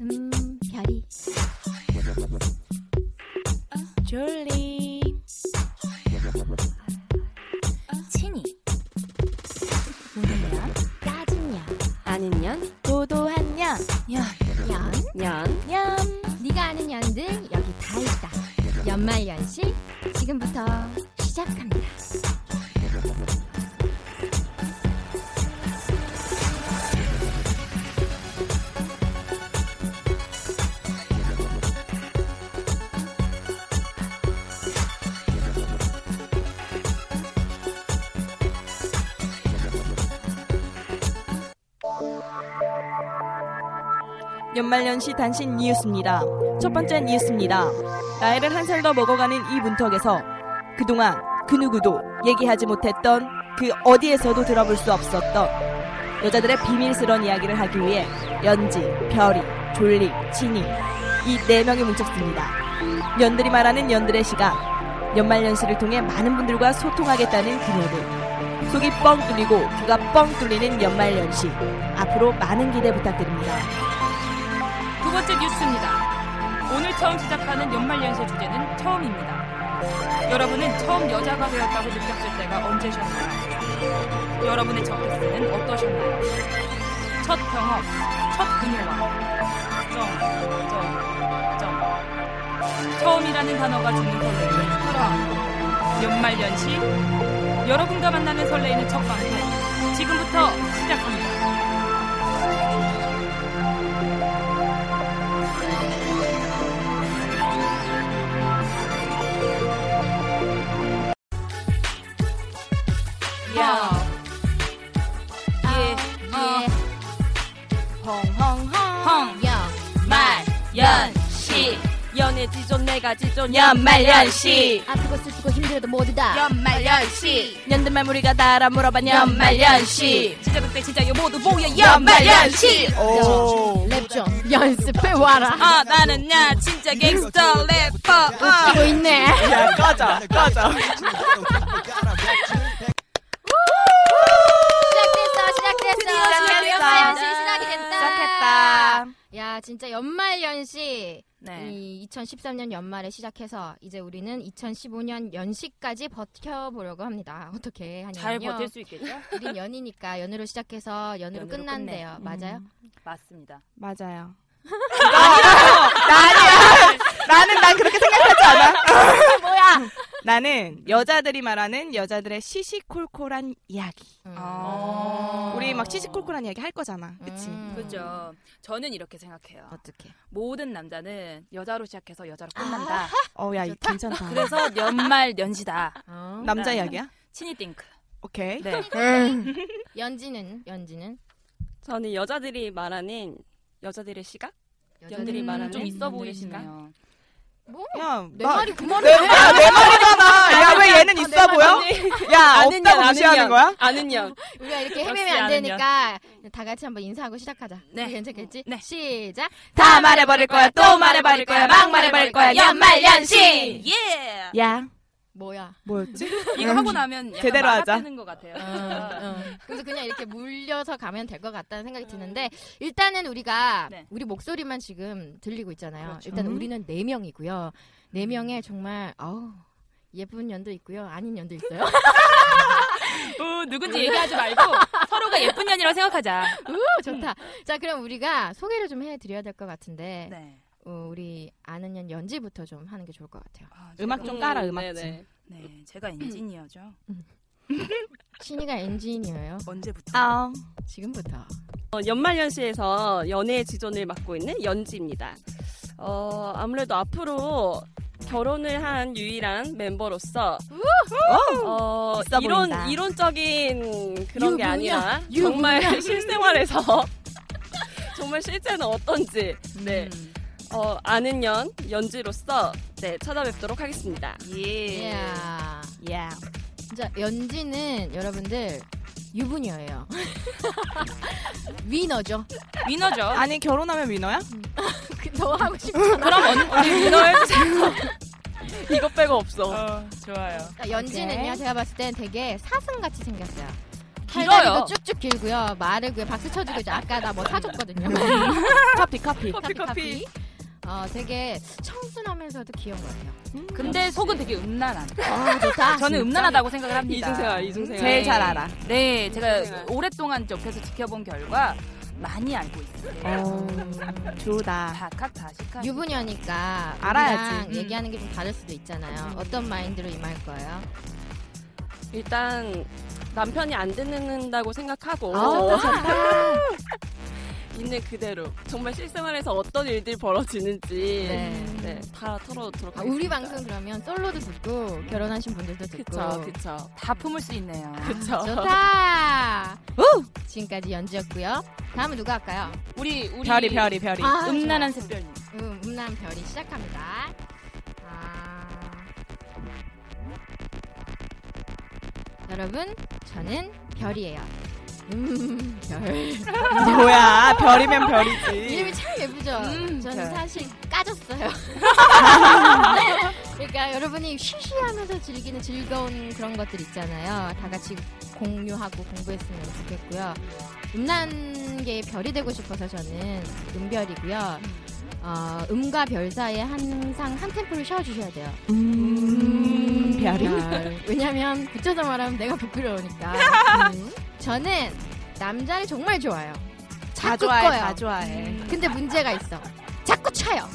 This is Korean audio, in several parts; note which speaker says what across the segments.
Speaker 1: 음 별이 졸리 친이 우는 따진 년 아는 년 도도한 년연연
Speaker 2: 냠! 네가 아는 연들 여기 다 있다. 연말 연시 지금부터 시작합니다.
Speaker 3: 연말연시 단신 뉴스입니다. 첫 번째 뉴스입니다. 나이를 한 살 더 먹어가는 이 문턱에서 그동안 그 누구도 얘기하지 못했던 그 어디에서도 들어볼 수 없었던 여자들의 비밀스러운 이야기를 하기 위해 연지, 별이, 졸리, 진이 이 네 명이 뭉쳤습니다. 연들이 말하는 연들의 시간 연말연시를 통해 많은 분들과 소통하겠다는 그녀들 속이 뻥 뚫리고 귀가 뻥 뚫리는 연말연시 앞으로 많은 기대 부탁드립니다.
Speaker 4: 두 번째 뉴스입니다. 오늘 처음 시작하는 연말연세 주제는 처음입니다. 여러분은 처음 여자가 되었다고 느꼈을 때가 언제셨나요? 여러분의 첫 키스는 어떠셨나요? 첫 경험, 첫 그녀와 점, 점, 점. 처음이라는 단어가 주는 설렘을 끌어안고 연말연시 여러분과 만나는 설레이는 첫 방송 지금부터 시작합니다. 야. 예.
Speaker 2: 어,
Speaker 4: 예. 헝헝헝. 연말 연시. 연애 지존 내가 지존 연말
Speaker 3: 예.
Speaker 4: 연시.
Speaker 2: 아프고 슬프고 힘들어도 뭐 모두 다
Speaker 4: 연말 연시.
Speaker 3: 연들말 우리가 달아 물어봐 연말 연시
Speaker 4: 진짜 그때 진짜 요 모두 모여 연말 연시.
Speaker 2: 랩 좀 연습해 와라.
Speaker 3: 아 나는 야 진짜 갱스터 래퍼 아.
Speaker 2: 하고 있네.
Speaker 5: 야, 까자, 까자.
Speaker 2: 시작됐어, 시작됐어.
Speaker 3: 시작됐어.
Speaker 2: 연말
Speaker 4: 아.
Speaker 2: 연시 시작이 됐다.
Speaker 3: 시작했다
Speaker 2: 야, 진짜 연말 연시.
Speaker 3: 네.
Speaker 2: 이 2013년 연말에 시작해서 이제 우리는 2015년 연시까지 버텨보려고 합니다. 어떻게 하냐면요.
Speaker 4: 잘 버틸 수 있겠죠?
Speaker 2: 우린 연이니까 연으로 시작해서 연으로,
Speaker 4: 연으로
Speaker 2: 끝난대요.
Speaker 3: 끝내.
Speaker 2: 맞아요?
Speaker 4: 맞습니다.
Speaker 3: 맞아요 아니야 나는 난 그렇게 생각하지 않아 뭐야 나는 여자들이 말하는 여자들의 시시콜콜한 이야기
Speaker 2: 음.
Speaker 4: 어.
Speaker 3: 우리 막 시시콜콜한 이야기 할 거잖아 그치
Speaker 2: 음.
Speaker 4: 그죠. 저는 이렇게 생각해요.
Speaker 2: 어떻게?
Speaker 4: 모든 남자는 여자로 시작해서 여자로 끝난다.
Speaker 3: 어야 괜찮다
Speaker 4: 그래서 연말 연시다.
Speaker 2: 어?
Speaker 3: 남자 이야기야
Speaker 4: 친이 띵크.
Speaker 3: 오케이
Speaker 4: 네.
Speaker 2: 연지는 연지는
Speaker 6: 저는 여자들이 말하는 여자들의 시각?
Speaker 2: 여자들이
Speaker 6: 음,
Speaker 2: 말하는
Speaker 4: 좀 있어
Speaker 2: 연들의 시각?
Speaker 4: 보이시네요.
Speaker 2: 뭐? 내
Speaker 3: 야내
Speaker 2: 말이 그 말이야.
Speaker 3: 내, 야, 내 말이잖아. 야, 왜 얘는 있어 보여? 야,
Speaker 6: 아는 년,
Speaker 3: 없다고
Speaker 6: 아는
Speaker 3: 무시하는
Speaker 6: 년.
Speaker 3: 거야?
Speaker 6: 아는 년.
Speaker 2: 우리가 이렇게
Speaker 4: 역시
Speaker 2: 헤매면 안
Speaker 4: 아는
Speaker 2: 되니까 다 같이 한번 인사하고 시작하자.
Speaker 4: 네.
Speaker 2: 괜찮겠지?
Speaker 4: 네.
Speaker 2: 시작.
Speaker 3: 다 말해버릴 거야, 또 말해버릴 거야, 막 말해버릴 거야, 연말연시!
Speaker 4: 예!
Speaker 3: 야,
Speaker 2: 뭐야?
Speaker 3: 뭐였지?
Speaker 4: 이거 하고 나면 약간
Speaker 3: 제대로 하자.
Speaker 4: 막아뜨는 것 같아요.
Speaker 2: 어.
Speaker 4: 어.
Speaker 2: 그래서 그냥 이렇게 물려서 가면 될 것 같다는 생각이 드는데 일단은 우리가
Speaker 4: 음. 네.
Speaker 2: 우리 목소리만 지금 들리고 있잖아요.
Speaker 4: 그렇죠. 음.
Speaker 2: 일단
Speaker 3: 음.
Speaker 2: 우리는 네 명이고요. 네 명에 정말 아우 예쁜 연도 있고요, 아닌 연도 있어요.
Speaker 4: 어, 누군지 얘기하지 말고 서로가 예쁜 년이라고 생각하자.
Speaker 2: 우 좋다. 자 그럼 우리가 소개를 좀 해드려야 될 것 같은데
Speaker 4: 네.
Speaker 2: 어, 우리 아는 년 연지부터 좀 하는 게 좋을 것 같아요.
Speaker 7: 아,
Speaker 3: 음악
Speaker 7: 제가-
Speaker 3: 좀 깔아, 음악 좀.
Speaker 6: 네네.
Speaker 7: 네, 제가 엔지니어죠.
Speaker 2: 신이가 엔지니어예요.
Speaker 7: 언제부터?
Speaker 3: 아,
Speaker 2: 지금부터.
Speaker 6: 어, 연말연시에서 연애의 지존을 맡고 있는 연지입니다. 어, 아무래도 앞으로 결혼을 한 유일한 멤버로서 어,
Speaker 3: 있어
Speaker 6: 이론
Speaker 3: 보인다.
Speaker 6: 이론적인 그런 게
Speaker 2: 유부녀,
Speaker 6: 아니라
Speaker 2: 유부녀.
Speaker 6: 정말 실생활에서 정말 실제는 어떤지 네
Speaker 7: 음.
Speaker 6: 어, 아는 연 연지로서 네 찾아뵙도록 하겠습니다.
Speaker 7: 예.
Speaker 2: 이야.
Speaker 3: 야.
Speaker 2: 진짜 연지는 여러분들 유부녀예요. 위너죠.
Speaker 4: 위너죠.
Speaker 3: 아니 결혼하면 위너야?
Speaker 2: 더 하고 싶잖아.
Speaker 4: 그럼 언, 언니 위너 해주세요.
Speaker 6: 이것 빼고 없어.
Speaker 4: 어, 좋아요.
Speaker 2: 그러니까 연지는요. 제가 봤을 땐 되게 사슴같이 생겼어요.
Speaker 4: 길어요.
Speaker 2: 팔다리도 쭉쭉 길고요. 마르고요. 박수 쳐주고 이제 아까 나 뭐 사줬거든요.
Speaker 3: 커피 커피.
Speaker 2: 커피 커피. 어, 되게 청순하면서도 귀여운 것 같아요.
Speaker 4: 근데 속은 되게 음란한.
Speaker 2: 아, 좋다.
Speaker 4: 저는 음란하다고 생각을 합니다.
Speaker 6: 이중생활 이중생활
Speaker 3: 제일 잘 알아.
Speaker 4: 네, 제가
Speaker 6: 이중생활.
Speaker 4: 오랫동안 옆에서 지켜본 결과 많이 알고
Speaker 3: 아,
Speaker 4: 있어요.
Speaker 3: 어, 좋다.
Speaker 4: 다각 다식한.
Speaker 2: 유부녀니까
Speaker 3: 알아야지.
Speaker 2: 우리랑
Speaker 3: 음.
Speaker 2: 얘기하는 게 좀 다를 수도
Speaker 4: 음.
Speaker 2: 있잖아요. 어떤 마인드로 임할 거예요?
Speaker 6: 일단 남편이 안 듣는다고
Speaker 2: 아,
Speaker 6: 생각하고 있는 그대로 정말 실생활에서 어떤 일들이 벌어지는지
Speaker 2: 네.
Speaker 6: 네, 다 털어놓도록
Speaker 2: 아,
Speaker 6: 하겠습니다.
Speaker 2: 우리 방송 그러면 솔로도 듣고 결혼하신 분들도 듣고 아,
Speaker 6: 그쵸 그쵸
Speaker 4: 다 품을 수 있네요.
Speaker 6: 그쵸
Speaker 2: 좋다. 지금까지 연지였고요. 다음은 누가 할까요?
Speaker 4: 우리 우리
Speaker 3: 별이 별이 별이.
Speaker 2: 아,
Speaker 4: 음란한 샛별님.
Speaker 2: 좋아. 음, 음란 별이 시작합니다. 아... 여러분, 저는 별이에요. 음, 별.
Speaker 3: 뭐야 별이면 별이지.
Speaker 2: 이름이 참 예쁘죠?
Speaker 4: 음,
Speaker 2: 저는
Speaker 4: 별.
Speaker 2: 사실 까졌어요. 그러니까 여러분이 쉬쉬하면서 즐기는 즐거운 그런 것들 있잖아요. 다 같이 공유하고 공부했으면 좋겠고요. 음란계의 별이 되고 싶어서 저는 음별이고요. 어, 음과 별 사이에 항상 한 템포를 쉬어주셔야 돼요.
Speaker 3: 음, 별이.
Speaker 2: 별. 왜냐면 붙여서 말하면 내가 부끄러우니까. 음. 저는 남자를 정말 좋아요.
Speaker 3: 다
Speaker 2: 자꾸
Speaker 3: 좋아해
Speaker 2: 꺼요.
Speaker 3: 다 좋아해.
Speaker 2: 근데 문제가 있어. 자꾸 쳐요.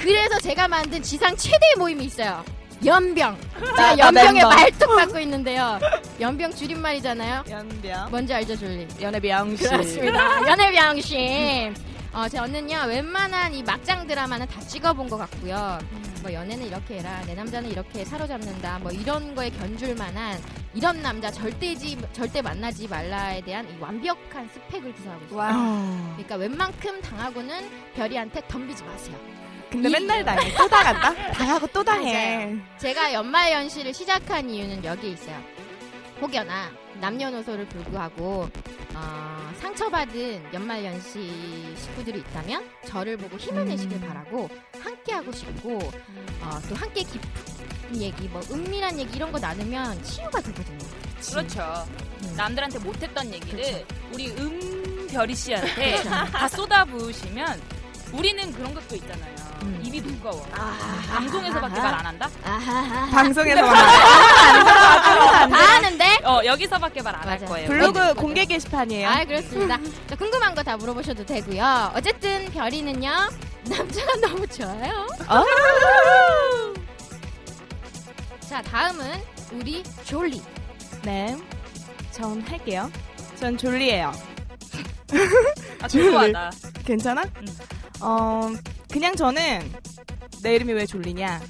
Speaker 2: 그래서 제가 만든 지상 최대의 모임이 있어요. 연병. 제가
Speaker 3: 나
Speaker 2: 연병의
Speaker 3: 아, 멤버.
Speaker 2: 말뚝 받고 있는데요. 연병 줄임말이잖아요.
Speaker 3: 연병.
Speaker 2: 뭔지 알죠, 줄리?
Speaker 3: 연애 병신.
Speaker 2: 그렇습니다. 연애병신. 어, 저는요, 웬만한 이 막장 드라마는 다 찍어본 것 같고요.
Speaker 3: 음.
Speaker 2: 뭐, 연애는 이렇게 해라, 내 남자는 이렇게 사로잡는다, 뭐, 이런 거에 견줄 만한, 이런 남자 절대지, 절대 만나지 말라에 대한 이 완벽한 스펙을 구사하고 있어요.
Speaker 4: 와.
Speaker 2: 그러니까 웬만큼 당하고는 별이한테 덤비지 마세요.
Speaker 3: 근데
Speaker 2: 이-
Speaker 3: 맨날 당해. 또 당한다. 당하고 또 당해.
Speaker 2: 제가 연말연시를 시작한 이유는 여기에 있어요. 혹여나 남녀노소를 불구하고 어, 상처받은 연말연시 식구들이 있다면 저를 보고 힘을 내시길 바라고 함께하고 싶고 어, 또 함께 깊은 얘기, 뭐 은밀한 얘기 이런 거 나누면 치유가 되거든요.
Speaker 4: 그렇죠.
Speaker 2: 음.
Speaker 4: 남들한테 못했던 얘기를 우리 음별이 씨한테 다 쏟아부으시면 우리는 그런 것도 있잖아요.
Speaker 2: 음.
Speaker 4: 입이 무거워. 방송에서밖에 말 안 한다?
Speaker 2: 아하하.
Speaker 3: 방송에서 만나.
Speaker 2: 다 하는데
Speaker 4: 어, 여기서밖에 말 안 할
Speaker 2: 맞아요.
Speaker 4: 거예요.
Speaker 3: 블로그 공개 게시판이에요.
Speaker 2: 아, 그렇습니다. 자, 궁금한 거 다 물어보셔도 되고요. 어쨌든 별이는요. 남자가 너무 좋아요.
Speaker 3: 아.
Speaker 2: 자, 다음은 우리 졸리.
Speaker 3: 네. 전 할게요. 전 졸리예요.
Speaker 4: 아, 궁금하다.
Speaker 3: 괜찮아? 어, 그냥 저는 내 이름이 왜 졸리냐?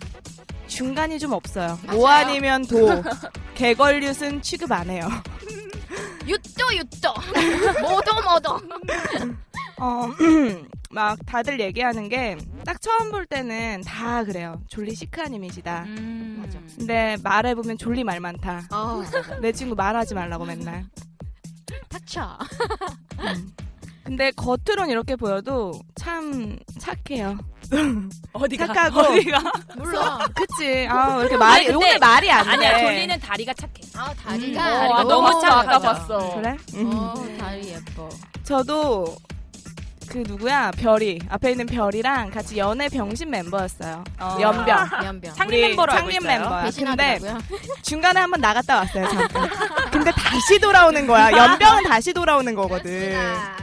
Speaker 3: 중간이 좀 없어요. 모
Speaker 2: 맞아요.
Speaker 3: 아니면 도. 개걸류은 취급 안 해요.
Speaker 2: 유또 유또. 모도 모도.
Speaker 3: 어, 막 다들 얘기하는 게 딱 처음 볼 때는 다 그래요. 졸리 시크한 이미지다.
Speaker 4: 음.
Speaker 2: 맞아.
Speaker 3: 근데 말해보면 졸리 말 많다.
Speaker 2: 어,
Speaker 3: 내 친구 말하지 말라고 맨날.
Speaker 2: 탁쳐.
Speaker 3: 음. 근데 겉으론 이렇게 보여도 참 착해요.
Speaker 4: 어디가?
Speaker 3: 착하고.
Speaker 4: 어디가?
Speaker 2: 물론.
Speaker 3: 그치. 아, 왜 이렇게 말이,
Speaker 4: 근데-
Speaker 3: 오늘 말이 안 돼.
Speaker 4: 아니야, 졸리는 다리가 착해.
Speaker 2: 아,
Speaker 4: 음.
Speaker 2: 다리가.
Speaker 4: 어, 아,
Speaker 2: 너무
Speaker 4: 너무 착하다.
Speaker 2: 작아져.
Speaker 4: 봤어.
Speaker 3: 그래? 음.
Speaker 2: 어, 다리 예뻐.
Speaker 3: 저도 그 누구야 별이 앞에 있는 별이랑 같이 연애 병신 멤버였어요. 연병.
Speaker 2: 연병.
Speaker 4: 아. 창립
Speaker 3: 우리
Speaker 4: 멤버로 알고
Speaker 3: 창립
Speaker 4: 있어요.
Speaker 3: 멤버야. 근데
Speaker 2: 배신하더라고요.
Speaker 3: 중간에 한번 나갔다 왔어요.
Speaker 4: 그
Speaker 3: 잠깐. 근데 다시 돌아오는 거야. 연병은 다시 돌아오는 거거든.
Speaker 2: 그렇습니다.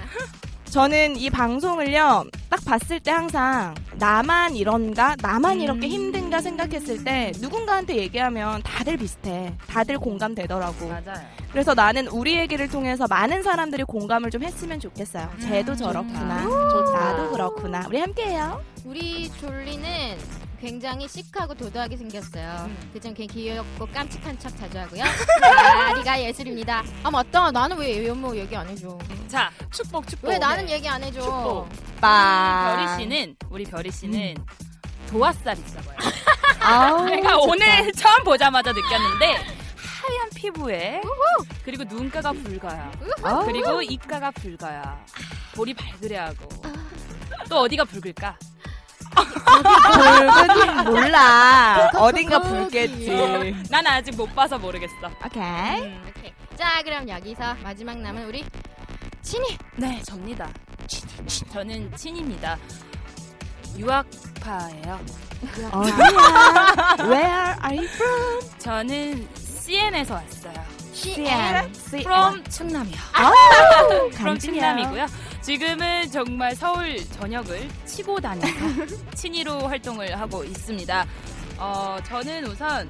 Speaker 3: 저는 이 방송을요, 딱 봤을 때 항상 나만 이런가, 나만
Speaker 4: 음.
Speaker 3: 이렇게 힘든가 생각했을 때 누군가한테 얘기하면 다들 비슷해. 다들 공감되더라고.
Speaker 4: 맞아요.
Speaker 3: 그래서 나는 우리 얘기를 통해서 많은 사람들이 공감을 좀 했으면 음, 좋겠어요. 쟤도 저렇구나. 나도 그렇구나. 우리 함께해요.
Speaker 2: 우리 졸리는 굉장히 시크하고 도도하게 생겼어요.
Speaker 4: 음.
Speaker 2: 그점 걔 귀엽고 깜찍한 척 자주 하고요. 다리가 예술입니다. 어머 어떤 나는 왜 연모 얘기 안 해줘?
Speaker 4: 자, 축복 축복.
Speaker 2: 왜 나는
Speaker 4: 네.
Speaker 2: 얘기 안 해줘?
Speaker 4: 그러니까 축복. 별이 씨는 우리 별이 씨는 도화살이 있어요.
Speaker 3: 아우,
Speaker 4: 내가 오늘 처음 보자마자 느꼈는데 하얀 피부에 그리고 눈가가 붉어요.
Speaker 3: 아우.
Speaker 4: 그리고 입가가 붉어요. 볼이 발그레하고 또 어디가 붉을까?
Speaker 3: 붉은 몰라. 어딘가 붉겠지.
Speaker 4: 난 아직 못 봐서 모르겠어.
Speaker 3: 오케이.
Speaker 4: 음.
Speaker 2: 오케이. 자 그럼 여기서 마지막 남은 우리 친이
Speaker 4: 네, 접니다. 저는 친입니다. 유학파예요.
Speaker 3: 음. 어디야? Where are you from?
Speaker 4: 저는 CN에서 왔어요.
Speaker 2: CN.
Speaker 3: 어,
Speaker 4: from 충남이요. from
Speaker 3: 간지냐.
Speaker 4: 충남이고요. 지금은 정말 서울 전역을 치고 다니면서 친이로 활동을 하고 있습니다. 어, 저는 우선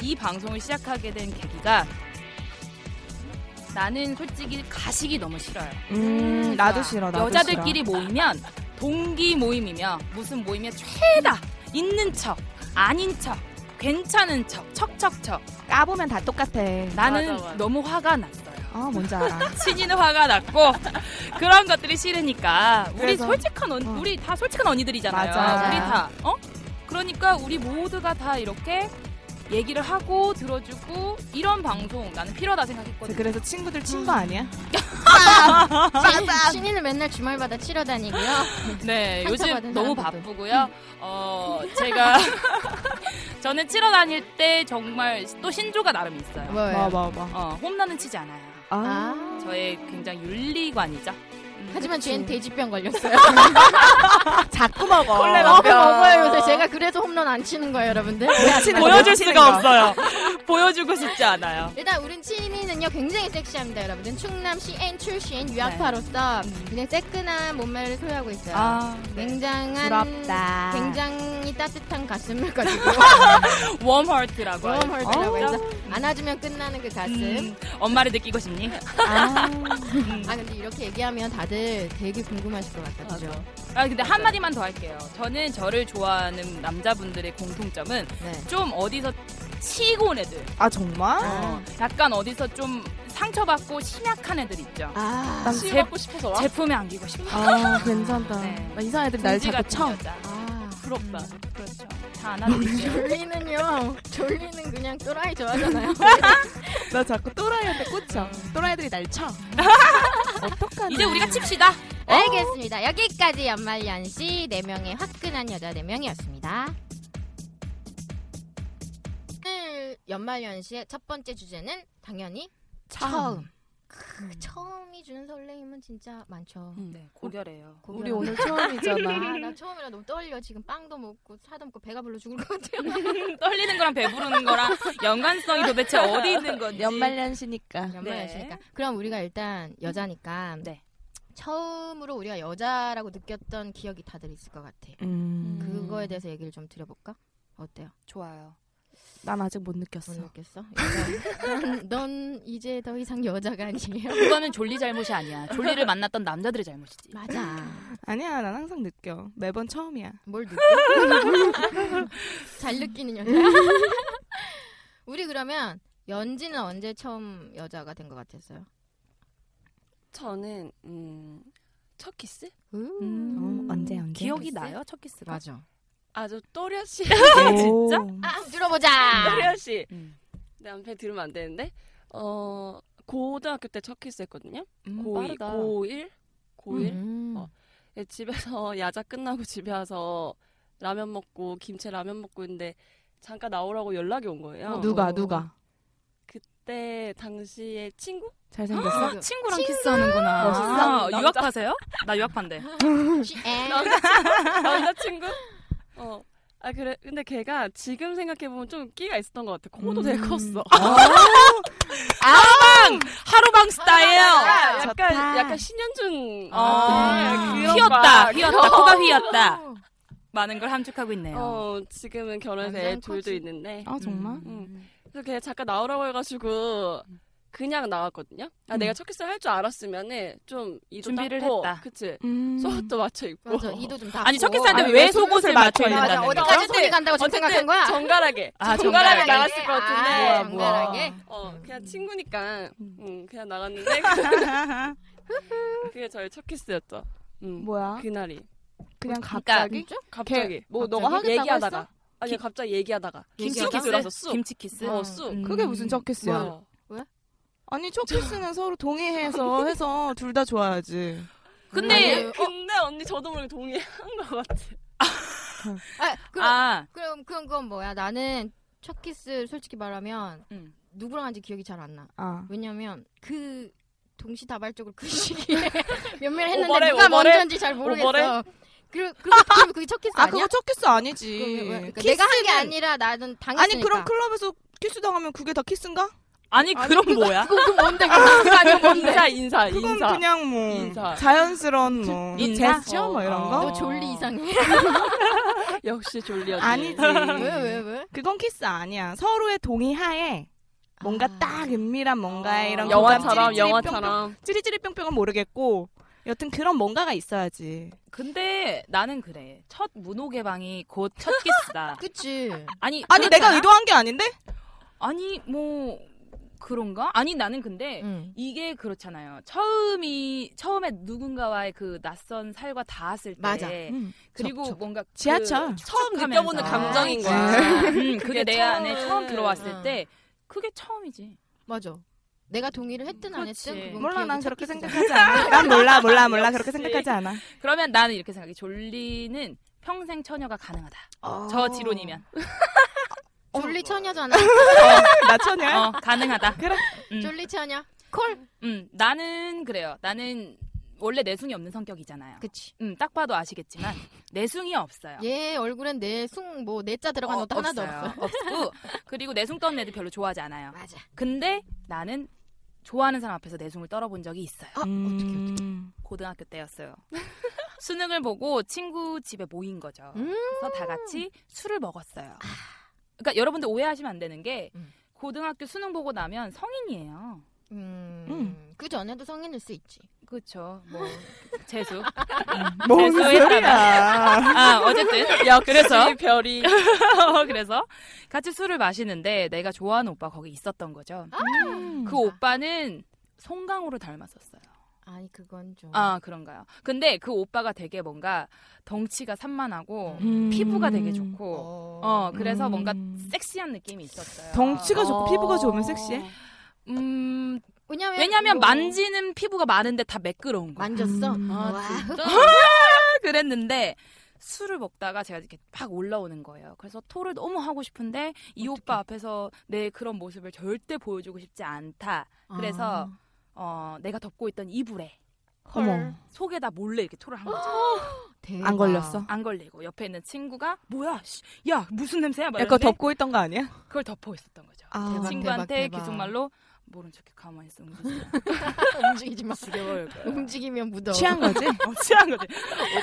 Speaker 4: 이 방송을 시작하게 된 계기가 나는 솔직히 가식이 너무 싫어요.
Speaker 3: 음, 나도 싫어. 나도
Speaker 4: 여자들끼리 모이면 동기 모임이며 무슨 모임에 최다 있는 척, 아닌 척, 괜찮은 척, 척척척.
Speaker 3: 싫어. 까보면 다 똑같아.
Speaker 4: 나는
Speaker 7: 맞아, 맞아.
Speaker 4: 너무 화가 났어요.
Speaker 3: 아, 뭔지 알아.
Speaker 4: 친이는 화가 났고 그런 것들이 싫으니까 우리
Speaker 3: 그래서?
Speaker 4: 솔직한 언,
Speaker 3: 어.
Speaker 4: 우리 다 솔직한 언니들이잖아요.
Speaker 3: 맞아.
Speaker 4: 우리 다 어? 그러니까 우리 모두가 다 이렇게 얘기를 하고 들어주고 이런 방송 나는 필요하다
Speaker 3: 저
Speaker 4: 생각했거든요.
Speaker 3: 그래서 친구들 친거 아니야?
Speaker 2: 친이는 음, 맨날 주말마다 치러 다니고요.
Speaker 4: 네, 요즘
Speaker 2: 상처받은
Speaker 4: 너무
Speaker 2: 사람들도.
Speaker 4: 바쁘고요. 어, 제가 저는 치러 다닐 때 정말 또 신조가 나름 있어요.
Speaker 3: 뭐,
Speaker 2: 뭐예요?
Speaker 3: 뭐, 뭐.
Speaker 4: 어, 홈런은 치지 않아요.
Speaker 3: 아,
Speaker 2: 아.
Speaker 4: 저의 굉장히 윤리관이죠. 음.
Speaker 2: 하지만 쟤는 돼지병 걸렸어요.
Speaker 3: 아, 자꾸 먹어. 뭐,
Speaker 2: 어, 먹어요 요새 제가 그래서 홈런 안 치는 거예요 여러분들.
Speaker 4: 네, 보여줄 수가 없어요. 보여주고 싶지 않아요.
Speaker 2: 일단 우린 치니는요 굉장히 섹시합니다 여러분들 충남 CN 출신 유학파로서 그냥 새끈한 몸매를 소유하고 있어요
Speaker 4: 아,
Speaker 2: 네. 굉장한 아.
Speaker 3: 부럽다.
Speaker 2: 굉장히 따뜻한 가슴을 가지고
Speaker 4: 웜헐트라고
Speaker 2: 웜
Speaker 4: 해요.
Speaker 2: 헐드라고
Speaker 4: 어,
Speaker 2: 해서 안아주면 끝나는 그 가슴
Speaker 4: 음, 엄마를 느끼고 싶니?
Speaker 3: 아,
Speaker 2: 아 근데 이렇게 얘기하면 다들 되게 궁금하실 것 같아 그죠?
Speaker 4: 아 근데 한 마디만 더 할게요. 저는 저를 좋아하는 남자분들의 공통점은
Speaker 2: 네.
Speaker 4: 좀 어디서 치고 온 애들,
Speaker 3: 아 정말?
Speaker 4: 어, 약간 어디서 좀 상처받고 심약한 애들 있죠.
Speaker 2: 아,
Speaker 3: 난
Speaker 4: 제-
Speaker 7: 치받고 싶어서 와?
Speaker 4: 제품에 안기고 싶어.
Speaker 3: 아, 괜찮다.
Speaker 4: 네.
Speaker 3: 나 이상한 애들 날
Speaker 4: 둥지
Speaker 3: 자꾸
Speaker 4: 같은
Speaker 3: 쳐.
Speaker 4: 여자.
Speaker 2: 아.
Speaker 4: 부럽다. 그렇죠. 다 안아드릴게요.
Speaker 2: 졸리는요 졸리는 그냥 또라이 좋아하잖아요
Speaker 3: 나 자꾸 또라이한테 꽂혀. 또라이들이 날 쳐. 어떡하냐.
Speaker 4: 이제 우리가 칩시다.
Speaker 2: 알겠습니다 여기까지 연말연시 4명의 화끈한 여자 4명이었습니다 오늘 연말연시의 첫 번째 주제는 당연히 처음 크, 처음이 주는 설레임은 진짜 많죠
Speaker 4: 네, 고결해요.
Speaker 3: 음, 우리 오늘 처음이잖아.
Speaker 2: 아, 나 처음이라 너무 떨려 지금 빵도 먹고 차도 먹고 배가 불러 죽을 것 같아요
Speaker 4: 떨리는 거랑 배부르는 거랑 연관성이 도대체 어디 있는 건지.
Speaker 3: 연말연시니까.
Speaker 2: 연말연시니까 그럼 우리가 일단 여자니까
Speaker 4: 네.
Speaker 2: 처음으로 우리가 여자라고 느꼈던 기억이 다들 있을 것 같아
Speaker 3: 음,
Speaker 2: 그거에 대해서 얘기를 좀 드려볼까? 어때요?
Speaker 4: 좋아요.
Speaker 3: 난 아직 못
Speaker 2: 못
Speaker 3: 느꼈어.
Speaker 2: 느꼈어? 여자. 넌, 넌 이제 더 이상 여자가 아니에요.
Speaker 4: 그거는 졸리 잘못이 아니야. 졸리를 만났던 남자들의 잘못이지.
Speaker 2: 맞아.
Speaker 3: 아니야, 난 항상 느껴. 매번 처음이야.
Speaker 2: 뭘 느껴? 잘 느끼는 여자. 우리 그러면 연지는 언제 처음 여자가 된 것 같았어요?
Speaker 6: 저는 음, 첫 키스?
Speaker 2: 음,
Speaker 3: 어, 언제, 언제?
Speaker 4: 기억이
Speaker 2: 글쎄?
Speaker 4: 나요? 첫 키스가?
Speaker 2: 맞아.
Speaker 6: 아주 또렷이
Speaker 3: 진짜?
Speaker 2: 아, 한번 들어보자.
Speaker 6: 또렷이
Speaker 4: 음.
Speaker 6: 내 남편 들으면 안 되는데 어 고등학교 때 첫 키스했거든요.
Speaker 4: 음,
Speaker 6: 고
Speaker 4: 빠르다.
Speaker 6: 고1 고1
Speaker 2: 음.
Speaker 6: 어. 예, 집에서 야자 끝나고 집에 와서 라면 먹고 김치 라면 먹고 있는데 잠깐 나오라고 연락이 온 거예요.
Speaker 3: 어,
Speaker 4: 어,
Speaker 3: 누가, 누가?
Speaker 6: 그때 당시에 친구?
Speaker 3: 잘생겼어?
Speaker 2: 그
Speaker 4: 친구랑 키스하는구나.
Speaker 6: 멋있어.
Speaker 4: 아,
Speaker 6: 남자.
Speaker 4: 유학파세요? 나 유학파인데.
Speaker 2: GN.
Speaker 6: 남자친구? 어. 아 그래 근데 걔가 지금
Speaker 4: 음.
Speaker 6: 생각해 보면 좀 끼가 있었던 것 같아. 코도 되게 컸어.
Speaker 4: 아, 타로방스타예요.
Speaker 6: 약간 약간 신현준
Speaker 4: 아,
Speaker 6: 네, 그런
Speaker 4: 휘었다,
Speaker 6: 막
Speaker 4: 휘었다, 코가 휘었다. 많은 걸 함축하고 있네요. 어.
Speaker 6: 어 지금은 결혼해서 애
Speaker 2: 완전
Speaker 6: 둘도
Speaker 2: 커지.
Speaker 6: 있는데
Speaker 3: 아 정말?
Speaker 6: 음. 그래서 그냥 잠깐 나오라고 해가지고
Speaker 4: 음.
Speaker 6: 그냥 나왔거든요. 아 내가 첫 키스 를 할 줄 알았으면은 좀 이도
Speaker 4: 준비를
Speaker 6: 닦고,
Speaker 4: 했다.
Speaker 6: 그치?
Speaker 3: 음.
Speaker 6: 속옷도 맞춰 입고.
Speaker 2: 맞아 그렇죠. 이도 좀 다.
Speaker 4: 아니 첫 키스한테
Speaker 6: 아니,
Speaker 4: 왜
Speaker 6: 왜
Speaker 4: 속옷을
Speaker 6: 속옷을
Speaker 4: 맞춰야
Speaker 6: 맞춰야
Speaker 4: 된다는
Speaker 2: 맞아
Speaker 4: 거야?
Speaker 6: 된다는 거야?
Speaker 2: 어디까지
Speaker 6: 어쨌든-
Speaker 2: 손이 간다고 지금 생각한 거야?
Speaker 6: 정갈하게.
Speaker 4: 아,
Speaker 6: 정갈하게
Speaker 4: 정갈하게.
Speaker 6: 나갔을 것 같은데.
Speaker 2: 아,
Speaker 4: 우와, 우와.
Speaker 2: 정갈하게.
Speaker 6: 어 그냥 친구니까 음, 그냥 나갔는데 그게 저의 첫 키스였죠. 음,
Speaker 3: 뭐야?
Speaker 6: 그날이
Speaker 3: 그냥 갑자기?
Speaker 2: 갑자기?
Speaker 6: 갑자기
Speaker 3: 뭐
Speaker 2: 갑자기?
Speaker 3: 너가 하겠다고
Speaker 6: 얘기하다가
Speaker 3: 했어?
Speaker 6: 아니 갑자기 얘기하다가
Speaker 4: 김치
Speaker 6: 쑥
Speaker 4: 키스?
Speaker 6: 들어서 쑥
Speaker 4: 김치 키스.
Speaker 6: 어, 쑥.
Speaker 2: 음.
Speaker 3: 그게 뭐, 무슨 첫 키스야?
Speaker 6: 어.
Speaker 3: 아니 첫 키스는 서로 동의해서 해서 둘 다 좋아하지.
Speaker 4: 근데
Speaker 2: 아니, 그,
Speaker 6: 근데 언니 저도 모르게 동의한 것 같아.
Speaker 2: 아, 그럼
Speaker 4: 아,
Speaker 2: 그럼 그럼 그건 뭐야? 나는 첫 키스 솔직히 말하면
Speaker 4: 음.
Speaker 2: 누구랑 한지 기억이 잘 안 나.
Speaker 3: 아.
Speaker 2: 왜냐면 그 동시다발적으로 그 시기에 몇 명을 했는데
Speaker 6: 오버랩,
Speaker 2: 누가
Speaker 6: 오버랩,
Speaker 2: 먼저인지 잘 모르겠어. 그리고 그리고 그게 첫 키스
Speaker 3: 아
Speaker 2: 아니야?
Speaker 3: 그거 첫 키스 아니지.
Speaker 2: 그거 왜- 그러니까 내가 한 게
Speaker 3: 키스는-
Speaker 2: 아니라 나는 당했으니까.
Speaker 3: 아니 그럼 클럽에서 키스 당하면 그게 다 키스인가?
Speaker 4: 아니, 그럼 뭐야?
Speaker 2: 그거 그거 뭔데? 그거 아니야 뭔데?
Speaker 6: 인사 인사
Speaker 3: 그건
Speaker 6: 인사.
Speaker 3: 그냥 뭐
Speaker 6: 인사.
Speaker 3: 자연스러운 뭐
Speaker 4: 인사?
Speaker 3: 제스처 뭐 이런
Speaker 4: 어.
Speaker 3: 거.
Speaker 2: 너 졸리 이상해.
Speaker 6: 역시 졸리였지. 음.
Speaker 3: 아니지.
Speaker 2: 왜 왜 왜?
Speaker 3: 그건 키스 아니야. 서로의 동의하에 뭔가
Speaker 2: 아.
Speaker 3: 딱 은밀한 뭔가 의 이런
Speaker 6: 어. 영화처럼
Speaker 3: 찌릿찌릿
Speaker 6: 영화처럼.
Speaker 3: 찌릿찌릿 뿅뿅은 모르겠고 여튼 그런 뭔가가 있어야지.
Speaker 4: 근데 나는 그래. 첫 문호 개방이 곧 첫 키스다.
Speaker 2: 그치.
Speaker 4: 아니,
Speaker 3: 아니 내가
Speaker 4: 그렇잖아?
Speaker 3: 의도한 게 아닌데?
Speaker 4: 아니, 뭐, 그런가? 아니, 나는 근데
Speaker 2: 응.
Speaker 4: 이게 그렇잖아요. 처음이, 처음에 누군가와의 그 낯선 살과 닿았을 때.
Speaker 2: 맞아.
Speaker 3: 음.
Speaker 4: 그리고
Speaker 3: 접, 접.
Speaker 4: 뭔가. 그
Speaker 3: 지하철.
Speaker 6: 처음
Speaker 4: 하면서.
Speaker 6: 느껴보는 감정인 거야.
Speaker 4: 음, 그게
Speaker 6: 그게
Speaker 4: 내
Speaker 6: 처음.
Speaker 4: 안에 처음 들어왔을
Speaker 2: 응.
Speaker 4: 때. 그게 처음이지.
Speaker 2: 맞아. 내가 동의를 했든 안
Speaker 4: 그렇지.
Speaker 2: 했든 그건
Speaker 3: 몰라
Speaker 2: 기억이
Speaker 3: 난
Speaker 2: 첫 어.
Speaker 3: 그렇게
Speaker 2: 키스잖아.
Speaker 3: 생각하지 않아. 난 몰라 몰라 몰라 그렇게 생각하지 않아.
Speaker 4: 그러면 나는 이렇게 생각해. 졸리는 평생 처녀가 가능하다. 저 지론이면.
Speaker 2: 졸리 처녀잖아.
Speaker 3: 음. 나 처녀야.
Speaker 4: 어, 가능하다.
Speaker 3: 그래.
Speaker 4: 음.
Speaker 2: 졸리 처녀. 콜.
Speaker 4: 음, 나는 그래요. 나는 원래 내숭이 없는 성격이잖아요.
Speaker 2: 그치.
Speaker 4: 음, 딱 봐도 아시겠지만 내숭이 없어요.
Speaker 2: 얘 얼굴엔 내숭 뭐 내자 들어간 것도 하나도 없어.
Speaker 4: 없고 그리고 내숭 떠는 애들 별로 좋아하지 않아요.
Speaker 2: 맞아.
Speaker 4: 근데 나는 좋아하는 사람 앞에서 내숭을 떨어본 적이 있어요.
Speaker 2: 아,
Speaker 3: 음.
Speaker 2: 어떻게 어떻게.
Speaker 4: 고등학교 때였어요. 수능을 보고 친구 집에 모인 거죠.
Speaker 2: 음.
Speaker 4: 그래서 다 같이 술을 먹었어요. 그러니까 여러분들 오해하시면 안 되는 게
Speaker 2: 음.
Speaker 4: 고등학교 수능 보고 나면 성인이에요.
Speaker 2: 음.
Speaker 3: 음.
Speaker 2: 그 전에도 성인일 수 있지.
Speaker 4: 그렇죠. 뭐 재수.
Speaker 3: 뭔
Speaker 4: 재수에 따라.
Speaker 3: 소리야.
Speaker 4: 아, 어쨌든. 야, 그래서.
Speaker 6: 별이
Speaker 4: 그래서 같이 술을 마시는데 내가 좋아하는 오빠 거기 있었던 거죠. 그
Speaker 2: 아.
Speaker 4: 오빠는 송강호를 닮았었어요.
Speaker 2: 아니 그건 좀.
Speaker 4: 아, 그런가요? 근데 그 오빠가 되게 뭔가 덩치가 산만하고
Speaker 3: 음.
Speaker 4: 피부가 되게 좋고 어, 그래서
Speaker 3: 음.
Speaker 4: 뭔가 섹시한 느낌이 있었어요.
Speaker 3: 덩치가 좋고 피부가 좋으면 섹시해?
Speaker 4: 음,
Speaker 2: 왜냐면
Speaker 4: 왜냐면
Speaker 2: 뭐,
Speaker 4: 만지는 피부가 많은데 다 매끄러운 거.
Speaker 2: 만졌어. 아, 그
Speaker 3: 음.
Speaker 2: 와.
Speaker 4: 아, 그랬는데 술을 먹다가 제가 이렇게 팍 올라오는 거예요. 그래서 토를 너무 하고 싶은데 이 오빠 앞에서 내 그런 모습을 절대 보여주고 싶지 않다.
Speaker 2: 아,
Speaker 4: 그래서 어, 내가 덮고 있던 이불에
Speaker 3: 어머.
Speaker 4: 뭐 속에다 몰래 이렇게 토를 한 거죠.
Speaker 2: 대박.
Speaker 3: 안 걸렸어?
Speaker 4: 안 걸리고 옆에 있는 친구가 뭐야, 씨, 야 무슨 냄새야? 막
Speaker 3: 약간
Speaker 4: 이러는데
Speaker 3: 덮고 있던 거 아니야?
Speaker 4: 그걸 덮고 있었던 거죠.
Speaker 3: 아,
Speaker 2: 대박.
Speaker 4: 친구한테
Speaker 2: 대박.
Speaker 4: 기숙말로 모른 척해 가만히 있어 움직이지 마.
Speaker 2: 움직이지 마.
Speaker 4: 죽여버릴 거야.
Speaker 2: 움직이면 묻어.
Speaker 3: 취한 거지?
Speaker 4: 어, 취한 거지.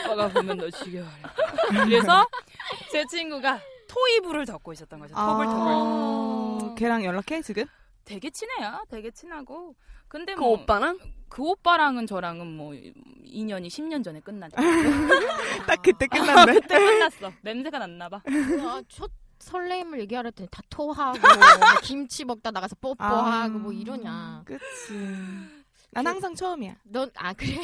Speaker 4: 오빠가 보면 너 죽여버려. 그래서 제 친구가 토이불을 덮고 있었던 거죠. 톱을 톱을.
Speaker 3: 아, 걔랑 연락해 지금?
Speaker 4: 되게 친해요. 되게 친하고. 근데
Speaker 6: 그
Speaker 4: 뭐,
Speaker 6: 오빠랑
Speaker 4: 그 오빠랑은 저랑은 뭐, 인연이 10년 전에 끝났죠. 아.
Speaker 3: 딱 그때 끝났네.
Speaker 4: 그때 끝났어. 냄새가 났나봐.
Speaker 2: 아, 첫 설레임을 얘기하려 했더니 다 토하고 김치 먹다 나가서 뽀뽀하고
Speaker 3: 아.
Speaker 2: 뭐 이러냐.
Speaker 3: 그치. 난 항상 처음이야.
Speaker 2: 넌, 아, 그래.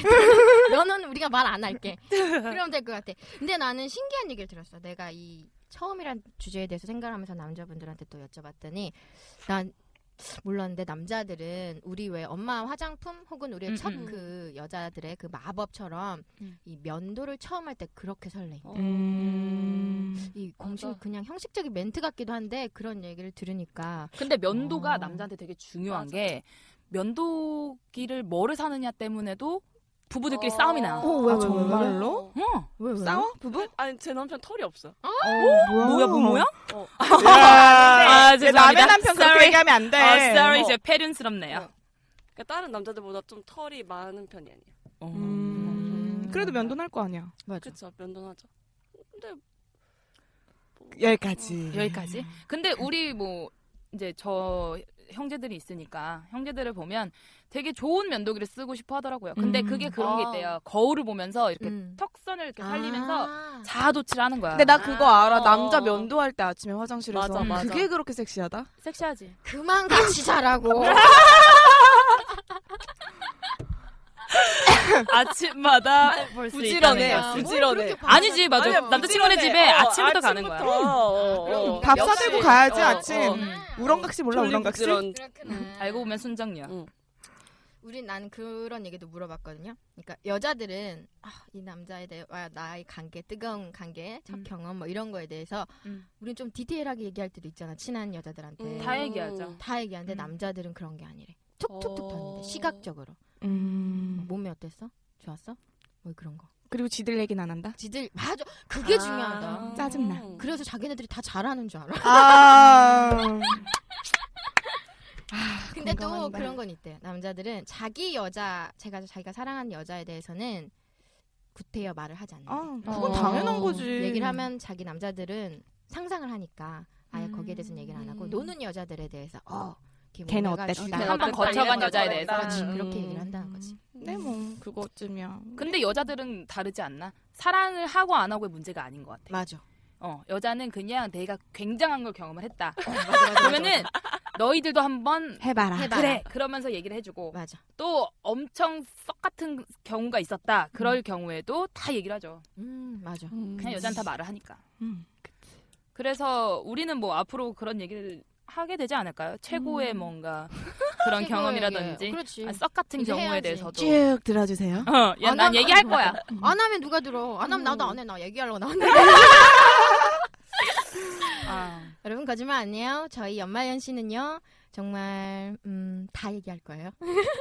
Speaker 2: 너는 우리가 말 안 할게. 그러면 될 것 같아. 근데 나는 신기한 얘기를 들었어. 내가 이 처음이란 주제에 대해서 생각을 하면서 남자분들한테 또 여쭤봤더니, 난, 몰랐는데 남자들은 우리 왜 엄마 화장품 혹은 우리의
Speaker 4: 음, 음.
Speaker 2: 첫 그 여자들의 그 마법처럼
Speaker 4: 음.
Speaker 2: 이 면도를 처음 할 때 그렇게 설레.
Speaker 3: 음.
Speaker 2: 이 공식
Speaker 4: 맞아.
Speaker 2: 그냥 형식적인 멘트 같기도 한데 그런 얘기를 들으니까
Speaker 4: 근데 면도가
Speaker 2: 어.
Speaker 4: 남자한테 되게 중요한 게, 면도기를 뭐를 사느냐 때문에도 부부들끼리
Speaker 6: 어.
Speaker 4: 싸움이 나요.
Speaker 6: 어,
Speaker 3: 아, 정말로?
Speaker 4: 어.
Speaker 2: 왜 왜?
Speaker 3: 싸워? 부부?
Speaker 6: 아니 제 남편 털이 없어.
Speaker 4: 뭐야, 뭐, 뭐야?
Speaker 6: 어.
Speaker 3: 야,
Speaker 4: 아,
Speaker 3: 내 남의
Speaker 4: 죄송합니다.
Speaker 3: 남편 그렇게
Speaker 4: Sorry.
Speaker 3: 얘기하면 안 돼.
Speaker 4: 아, sorry.
Speaker 6: 어.
Speaker 4: 제 폐륜스럽네요.
Speaker 6: 그러니까 다른 남자들보다 좀 털이 많은 편이 아니에요.
Speaker 4: 어,
Speaker 2: 음.
Speaker 3: 그래도 면도날 거 아니야.
Speaker 2: 맞아.
Speaker 6: 그렇죠. 면도하죠. 근데 뭐
Speaker 3: 여기까지.
Speaker 2: 네.
Speaker 4: 여기까지. 근데 우리 뭐 이제 저 형제들이 있으니까 형제들을 보면 되게 좋은 면도기를 쓰고 싶어 하더라고요. 근데
Speaker 2: 음.
Speaker 4: 그게 그런 게
Speaker 6: 아.
Speaker 4: 있대요. 거울을 보면서 이렇게
Speaker 2: 음.
Speaker 4: 턱선을 이렇게 살리면서
Speaker 2: 아.
Speaker 4: 자아도취를 하는 거야.
Speaker 3: 근데 나 그거 알아.
Speaker 6: 어.
Speaker 3: 남자 면도할 때 아침에 화장실에서. 음,
Speaker 6: 맞아, 맞아.
Speaker 3: 그게 그렇게 섹시하다?
Speaker 4: 섹시하지.
Speaker 2: 그만 같이 자라고.
Speaker 4: 아침마다
Speaker 6: 부지런해.
Speaker 2: 아, 뭘
Speaker 3: 부지런해.
Speaker 2: 그렇게 반항-
Speaker 4: 네, 아니지 맞아.
Speaker 2: 아니야,
Speaker 4: 남자친구네
Speaker 6: 부지런해.
Speaker 4: 집에
Speaker 6: 어,
Speaker 4: 아침부터 가는 거야.
Speaker 6: 어, 어, 어.
Speaker 3: 밥
Speaker 6: 역시.
Speaker 3: 사들고 가야지,
Speaker 6: 어,
Speaker 3: 아침.
Speaker 6: 어.
Speaker 3: 우렁각시 몰라,
Speaker 6: 졸리
Speaker 3: 우렁각시?
Speaker 6: 부지런.
Speaker 2: 그렇구나.
Speaker 4: 음, 알고 보면 순정녀.
Speaker 6: 응.
Speaker 2: 우린 난 그런 얘기도 물어봤거든요. 그러니까 여자들은 아, 이 남자에 대와 나의 관계, 뜨거운 관계, 첫
Speaker 4: 음.
Speaker 2: 경험 뭐 이런 거에 대해서
Speaker 4: 음.
Speaker 2: 우린 좀 디테일하게 얘기할 때도 있잖아. 친한 여자들한테
Speaker 6: 음.
Speaker 2: 다,
Speaker 4: 다 얘기하죠.
Speaker 2: 얘기하는데
Speaker 4: 음.
Speaker 2: 남자들은 그런 게 아니래. 툭툭툭 던데
Speaker 6: 어.
Speaker 2: 시각적으로
Speaker 3: 음.
Speaker 2: 몸이 어땠어? 좋았어? 뭐 그런 거.
Speaker 3: 그리고 지들 얘기는 안 한다?
Speaker 2: 지들 맞아. 그게 중요하다.
Speaker 6: 아.
Speaker 3: 짜증나.
Speaker 2: 그래서 자기네들이 다 잘하는 줄 알아.
Speaker 3: 아.
Speaker 2: 근데 또
Speaker 3: 공감한다.
Speaker 2: 그런 건 있대요. 남자들은 자기 여자, 제가 자기가 사랑하는 여자에 대해서는 구태여 말을 하지 않는다.
Speaker 3: 아, 그건
Speaker 2: 어.
Speaker 3: 당연한 거지.
Speaker 2: 얘기를 하면 자기 남자들은 상상을 하니까 아예
Speaker 4: 음.
Speaker 2: 거기에 대해서는 얘기를 안 하고 노는 여자들에 대해서
Speaker 3: 아,
Speaker 2: 어 이렇게
Speaker 3: 걔는
Speaker 2: 뭔가가
Speaker 3: 어땠다.
Speaker 2: 주변에
Speaker 4: 한번
Speaker 2: 어땠다,
Speaker 4: 거쳐간
Speaker 2: 이런
Speaker 4: 여자에
Speaker 2: 거죠.
Speaker 4: 대해서.
Speaker 2: 아, 그렇지
Speaker 6: 음.
Speaker 2: 그렇게 얘기를 한다는 거지.
Speaker 3: 네, 뭐, 그것쯤이야.
Speaker 4: 근데 여자들은 다르지 않나? 사랑을 하고 안 하고의 문제가 아닌 것 같아.
Speaker 2: 맞아.
Speaker 4: 어, 여자는 그냥 내가 굉장한 걸 경험을 했다.
Speaker 2: 어, 맞아, 맞아, 맞아.
Speaker 4: 그러면은 너희들도 한번
Speaker 3: 해봐라.
Speaker 2: 해봐.
Speaker 4: 그래 그러면서 얘기를 해주고
Speaker 2: 맞아.
Speaker 4: 또 엄청 썩 같은 경우가 있었다. 그럴 경우에도 다 얘기를 하죠.
Speaker 2: 음 맞아.
Speaker 4: 그냥 여자는 다 말을 하니까.
Speaker 3: 음.
Speaker 4: 그래서 우리는 뭐 앞으로 그런 얘기를 하게 되지 않을까요? 최고의 뭔가
Speaker 2: 최고의 뭐
Speaker 4: 그런
Speaker 2: 얘기예요.
Speaker 4: 경험이라든지
Speaker 2: 그렇지.
Speaker 4: 아, 썩 같은
Speaker 2: 이제
Speaker 4: 경우에
Speaker 2: 해야지.
Speaker 4: 대해서도.
Speaker 3: 쭉 들어주세요.
Speaker 4: 어, 야,
Speaker 2: 안
Speaker 4: 난
Speaker 2: 하면-
Speaker 4: 얘기할 거야.
Speaker 3: 음.
Speaker 2: 안 하면 누가 들어? 안 하면 나도 안 해. 나 얘기하려고 나왔는데.
Speaker 4: 아,
Speaker 2: 여러분 거짓말 아니에요. 저희 연말연시는요 정말 음, 다 얘기할 거예요.